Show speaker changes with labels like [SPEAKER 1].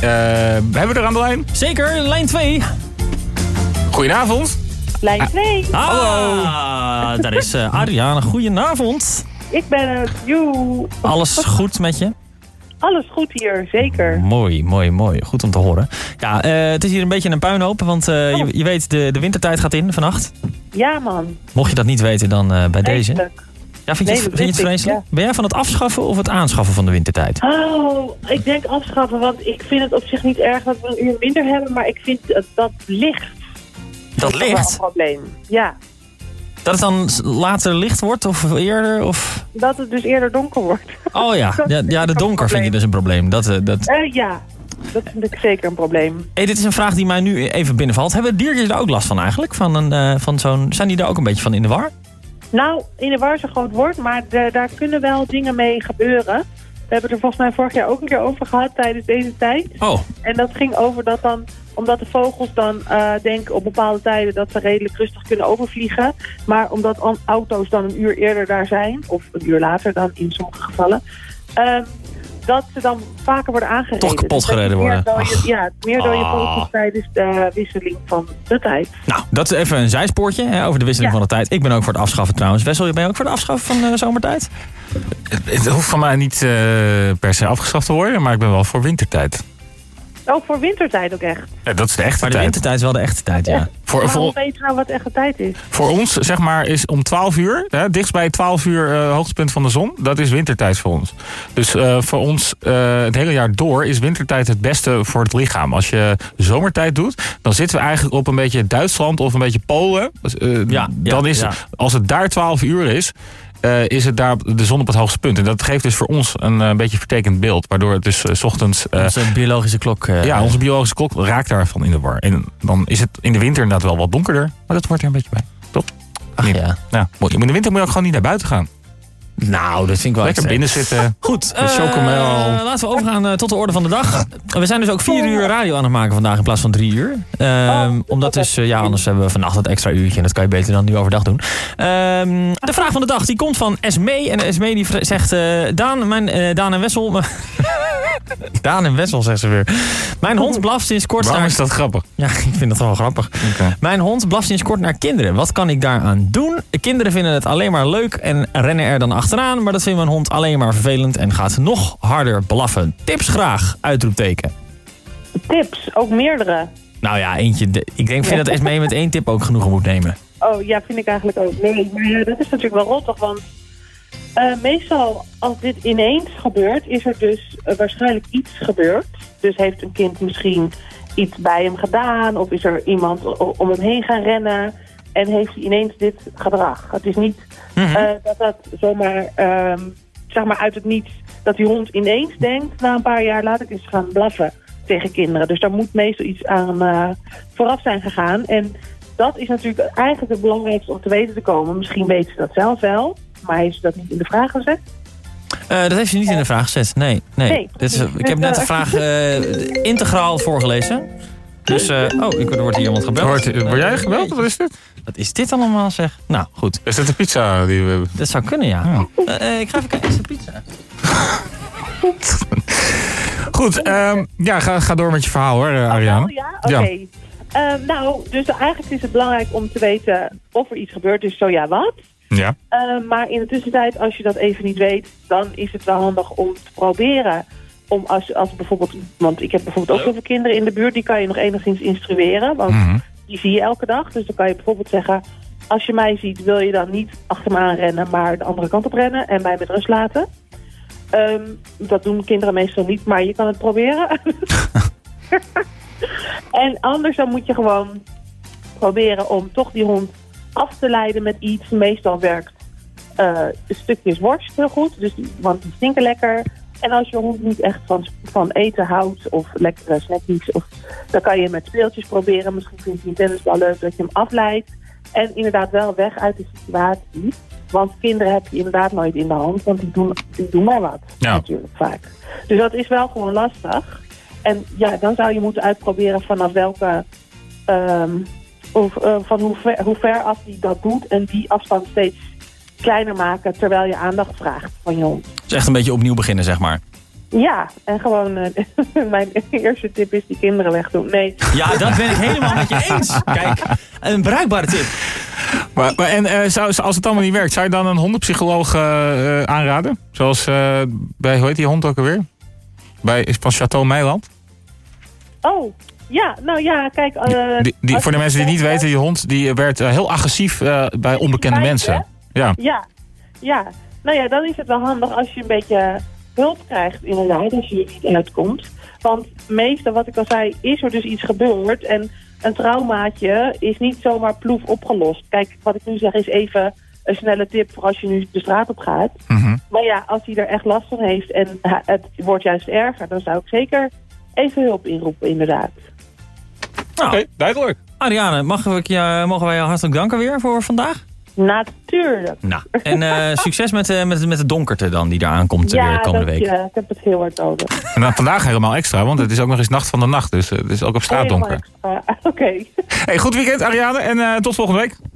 [SPEAKER 1] Eh, hebben we er aan de lijn?
[SPEAKER 2] Zeker, lijn 2.
[SPEAKER 1] Goedenavond.
[SPEAKER 3] Lijn 2.
[SPEAKER 2] Ah. Hallo. daar is eh, Ariane. Goedenavond.
[SPEAKER 3] Ik ben het. Joe.
[SPEAKER 2] Alles goed met je?
[SPEAKER 3] Alles goed hier, zeker.
[SPEAKER 2] Mooi, mooi, mooi. Goed om te horen. Ja, eh, het is hier een beetje een puinhoop, want eh,
[SPEAKER 3] Oh.
[SPEAKER 2] je, je weet, de, de wintertijd gaat in vannacht.
[SPEAKER 3] Ja, man.
[SPEAKER 2] Mocht je dat niet weten, dan eh, bij deze.
[SPEAKER 3] Vreselijk.
[SPEAKER 2] Ja, vind je,
[SPEAKER 3] Nee,
[SPEAKER 2] het-
[SPEAKER 3] dat
[SPEAKER 2] vind je het
[SPEAKER 3] wist ik,
[SPEAKER 2] vreselijk? Ben jij van het afschaffen of het aanschaffen van de wintertijd?
[SPEAKER 3] Oh, ik denk afschaffen, want ik vind het op zich niet erg dat we een uur minder hebben, maar ik vind dat, dat licht
[SPEAKER 2] Dat
[SPEAKER 3] toch wel een
[SPEAKER 2] licht.
[SPEAKER 3] probleem. Ja,
[SPEAKER 2] Dat het dan s- later licht wordt of eerder? Of...
[SPEAKER 3] dat het dus eerder donker wordt.
[SPEAKER 2] Oh ja. ja, ja, de donker vind je dus een probleem. Dat, eh, dat...
[SPEAKER 3] Eh, ja, dat vind ik zeker een probleem.
[SPEAKER 2] Hey, dit is een vraag die mij nu even binnenvalt. Hebben diertjes daar ook last van eigenlijk? Van een, eh, van zo'n... Zijn die daar ook een beetje van in de war?
[SPEAKER 3] Nou, in de war is een groot woord, maar de- daar kunnen wel dingen mee gebeuren. We hebben er volgens mij vorig jaar ook een keer over gehad tijdens deze tijd.
[SPEAKER 2] Oh,
[SPEAKER 3] En dat ging over dat dan, omdat de vogels dan eh, denken op bepaalde tijden dat ze redelijk rustig kunnen overvliegen. Maar omdat an- auto's dan een uur eerder daar zijn, of een uur later dan in sommige gevallen, ehm, dat ze dan vaker worden aangereden.
[SPEAKER 2] Toch kapot
[SPEAKER 3] Dus dat je
[SPEAKER 2] gereden
[SPEAKER 3] meer
[SPEAKER 2] worden.
[SPEAKER 3] dan je- ja, meer dan je
[SPEAKER 2] Ah.
[SPEAKER 3] vogels tijdens de wisseling van de tijd.
[SPEAKER 2] nou, dat is even een zijspoortje hè, over de wisseling
[SPEAKER 3] Ja.
[SPEAKER 2] van de tijd. Ik ben ook voor het afschaffen trouwens. Wessel, ben je ook voor het afschaffen van eh, zomertijd?
[SPEAKER 1] Het hoeft van mij niet eh, per se afgeschaft te worden, maar ik ben wel voor wintertijd.
[SPEAKER 3] Ook voor wintertijd ook echt.
[SPEAKER 1] Ja, dat is de echte
[SPEAKER 2] Maar de
[SPEAKER 1] tijd.
[SPEAKER 2] wintertijd is wel de echte tijd, ja.
[SPEAKER 1] Voor,
[SPEAKER 3] Maar hoe
[SPEAKER 1] voor,
[SPEAKER 3] weet je nou wat echte tijd is?
[SPEAKER 1] voor ons, zeg maar, is om 12 uur, hè, dichtst bij 12 uur eh, hoogtepunt van de zon, dat is wintertijd voor ons. Dus eh, voor ons eh, het hele jaar door is wintertijd het beste voor het lichaam. Als je zomertijd doet, dan zitten we eigenlijk op een beetje Duitsland of een beetje Polen. Dus, eh,
[SPEAKER 2] ja,
[SPEAKER 1] dan is,
[SPEAKER 2] ja.
[SPEAKER 1] als het daar 12 uur is, eh, is het daar de zon op het hoogste punt. En dat geeft dus voor ons een eh, beetje vertekend beeld, waardoor het dus eh, 's ochtends. eh,
[SPEAKER 2] Onze biologische klok. eh,
[SPEAKER 1] ja, onze biologische klok raakt daarvan in de war. En dan is het in de winter inderdaad wel wat donkerder. Maar dat hoort er een beetje bij. Toch?
[SPEAKER 2] Ach, ja.
[SPEAKER 1] Nou, mooi. in de winter moet je ook gewoon niet naar buiten gaan.
[SPEAKER 2] Nou, dat vind ik wel
[SPEAKER 1] Lekker
[SPEAKER 2] extreem.
[SPEAKER 1] binnen zitten.
[SPEAKER 2] Goed,
[SPEAKER 1] Met
[SPEAKER 2] eh,
[SPEAKER 1] chocomel.
[SPEAKER 2] laten we overgaan eh, tot de orde van de dag. We zijn dus ook vier uur radio aan het maken vandaag in plaats van drie uur. Ehm,
[SPEAKER 3] dat is
[SPEAKER 2] omdat
[SPEAKER 3] wel
[SPEAKER 2] dus, eh, ja, anders hebben we vannacht dat extra uurtje. En dat kan je beter dan nu overdag doen. Ehm, de vraag van de dag, die komt van Esmee. En Esmee die vra- zegt, eh, Daan, mijn, eh, Daan en Wessel... mijn- Daan en Wessel, zegt ze weer. Mijn hond blaft sinds kort
[SPEAKER 1] Waarom
[SPEAKER 2] naar...
[SPEAKER 1] is dat grappig?
[SPEAKER 2] Ja, ik vind dat wel grappig.
[SPEAKER 1] Oké.
[SPEAKER 2] Mijn hond blaft sinds kort naar kinderen. Wat kan ik daaraan doen? Kinderen vinden het alleen maar leuk en rennen er dan achteraan. Maar dat vindt mijn hond alleen maar vervelend en gaat nog harder blaffen. Tips graag, uitroepteken.
[SPEAKER 3] Tips, ook meerdere.
[SPEAKER 2] Nou ja, eentje. de- ik denk, vind dat Esmee met één tip ook genoegen moet nemen.
[SPEAKER 3] Oh ja, vind ik eigenlijk ook. Nee, maar ja, dat is natuurlijk wel rottig, want eh, meestal als dit ineens gebeurt, is er dus eh, waarschijnlijk iets gebeurd. Dus heeft een kind misschien iets bij hem gedaan, of is er iemand o- om hem heen gaan rennen en heeft hij ineens dit gedrag. Het is niet eh, dat dat zomaar, ehm, zeg maar uit het niets, dat die hond ineens denkt na een paar jaar laat ik eens gaan blaffen tegen kinderen. Dus daar moet meestal iets aan eh, vooraf zijn gegaan. En dat is natuurlijk eigenlijk het belangrijkste om te weten te komen. Misschien weten ze dat zelf wel, maar heeft ze dat niet in de vraag gezet?
[SPEAKER 2] Eh, dat heeft ze niet in de vraag gezet. Nee, nee.
[SPEAKER 3] Nee.
[SPEAKER 2] Dit is, ik heb net de vraag eh, integraal voorgelezen. Dus, eh, oh, ik, er wordt hier iemand gebeld.
[SPEAKER 1] Hoort, word jij gebeld? Wat is dit?
[SPEAKER 2] Wat is dit allemaal zeg? Nou, goed.
[SPEAKER 1] Is dit de pizza die we hebben?
[SPEAKER 2] Dat zou kunnen, ja. Eh, eh, ik ga even kijken. Is er pizza?
[SPEAKER 1] Goed, ehm, ja, ga, ga door met je verhaal hoor, eh,
[SPEAKER 3] Oh
[SPEAKER 1] Ariane.
[SPEAKER 3] ja, oké. Ehm, nou, dus eigenlijk is het belangrijk om te weten of er iets gebeurd is, zo ja wat.
[SPEAKER 1] Ja.
[SPEAKER 3] Eh, maar in de tussentijd, als je dat even niet weet, dan is het wel handig om te proberen. Om als, als bijvoorbeeld, want ik heb bijvoorbeeld ook heel veel kinderen in de buurt, die kan je nog enigszins instrueren. Want
[SPEAKER 1] Mhm.
[SPEAKER 3] die zie je elke dag. Dus dan kan je bijvoorbeeld zeggen, als je mij ziet, wil je dan niet achter me aan rennen, maar de andere kant op rennen en mij met rust laten. Ehm, dat doen kinderen meestal niet, maar je kan het proberen. en anders dan moet je gewoon proberen om toch die hond af te leiden met iets. Meestal werkt eh, stukjes worst heel goed, dus, die- want die stinken lekker. En als je hond niet echt van, van eten houdt of lekkere snackies, of, dan kan je met speeltjes proberen. Misschien vindt hij een tennisbal leuk dat je hem afleidt. En inderdaad wel weg uit de situatie. Want kinderen heb je inderdaad nooit in de hand, want die doen, die doen maar wat.
[SPEAKER 1] Ja.
[SPEAKER 3] Natuurlijk vaak. Dus dat is wel gewoon lastig. En ja, dan zou je moeten uitproberen vanaf welke ehm, of, eh, van hoe ver, hoe ver af die dat doet en die afstand steeds kleiner maken terwijl je aandacht vraagt van je hond.
[SPEAKER 2] Het is echt een beetje opnieuw beginnen, zeg maar.
[SPEAKER 3] Ja, en gewoon eh, mijn eerste tip is die kinderen wegdoen. Nee,
[SPEAKER 2] Ja, dat ben ik helemaal met je eens. Kijk, een bruikbare tip.
[SPEAKER 1] Maar, maar en eh, zou, als het allemaal niet werkt, zou je dan een hondenpsycholoog eh, eh, aanraden? Zoals eh, bij, hoe heet die hond ook alweer? Bij, is van Chateau Meiland.
[SPEAKER 3] oh, ja, nou ja, kijk. eh,
[SPEAKER 1] Die, die,
[SPEAKER 3] als
[SPEAKER 1] voor de
[SPEAKER 3] je
[SPEAKER 1] mensen die het niet
[SPEAKER 3] zegt,
[SPEAKER 1] weten, die hond die werd eh, heel agressief eh, bij onbekende
[SPEAKER 3] Fijn,
[SPEAKER 1] mensen. Ja.
[SPEAKER 3] Ja, ja. Nou ja, dan is het wel handig als je een beetje hulp krijgt inderdaad, als je er niet uitkomt. Want meestal, wat ik al zei, is er dus iets gebeurd. En een traumaatje is niet zomaar ploef opgelost. Kijk, wat ik nu zeg is even een snelle tip voor als je nu de straat op gaat.
[SPEAKER 1] Mhm.
[SPEAKER 3] Maar ja, als hij er echt last van heeft en ha- het wordt juist erger... dan zou ik zeker even hulp inroepen, inderdaad.
[SPEAKER 2] Nou,
[SPEAKER 1] duidelijk.
[SPEAKER 2] Ariane, mag ik je, mogen wij jou hartelijk danken weer voor vandaag?
[SPEAKER 3] Natuurlijk.
[SPEAKER 2] Nou, en eh, succes met, eh, met, met de donkerte dan die daar aankomt eh, weer komende
[SPEAKER 3] dank
[SPEAKER 2] week.
[SPEAKER 3] je. Ik heb het heel hard nodig.
[SPEAKER 1] En dan vandaag helemaal extra, want het is ook nog eens nacht van de
[SPEAKER 3] Oh,
[SPEAKER 1] nacht. Dus eh, het is ook op straat
[SPEAKER 3] Helemaal
[SPEAKER 1] donker.
[SPEAKER 3] extra. Oké.
[SPEAKER 1] Hey, goed weekend Ariane en eh, tot volgende week.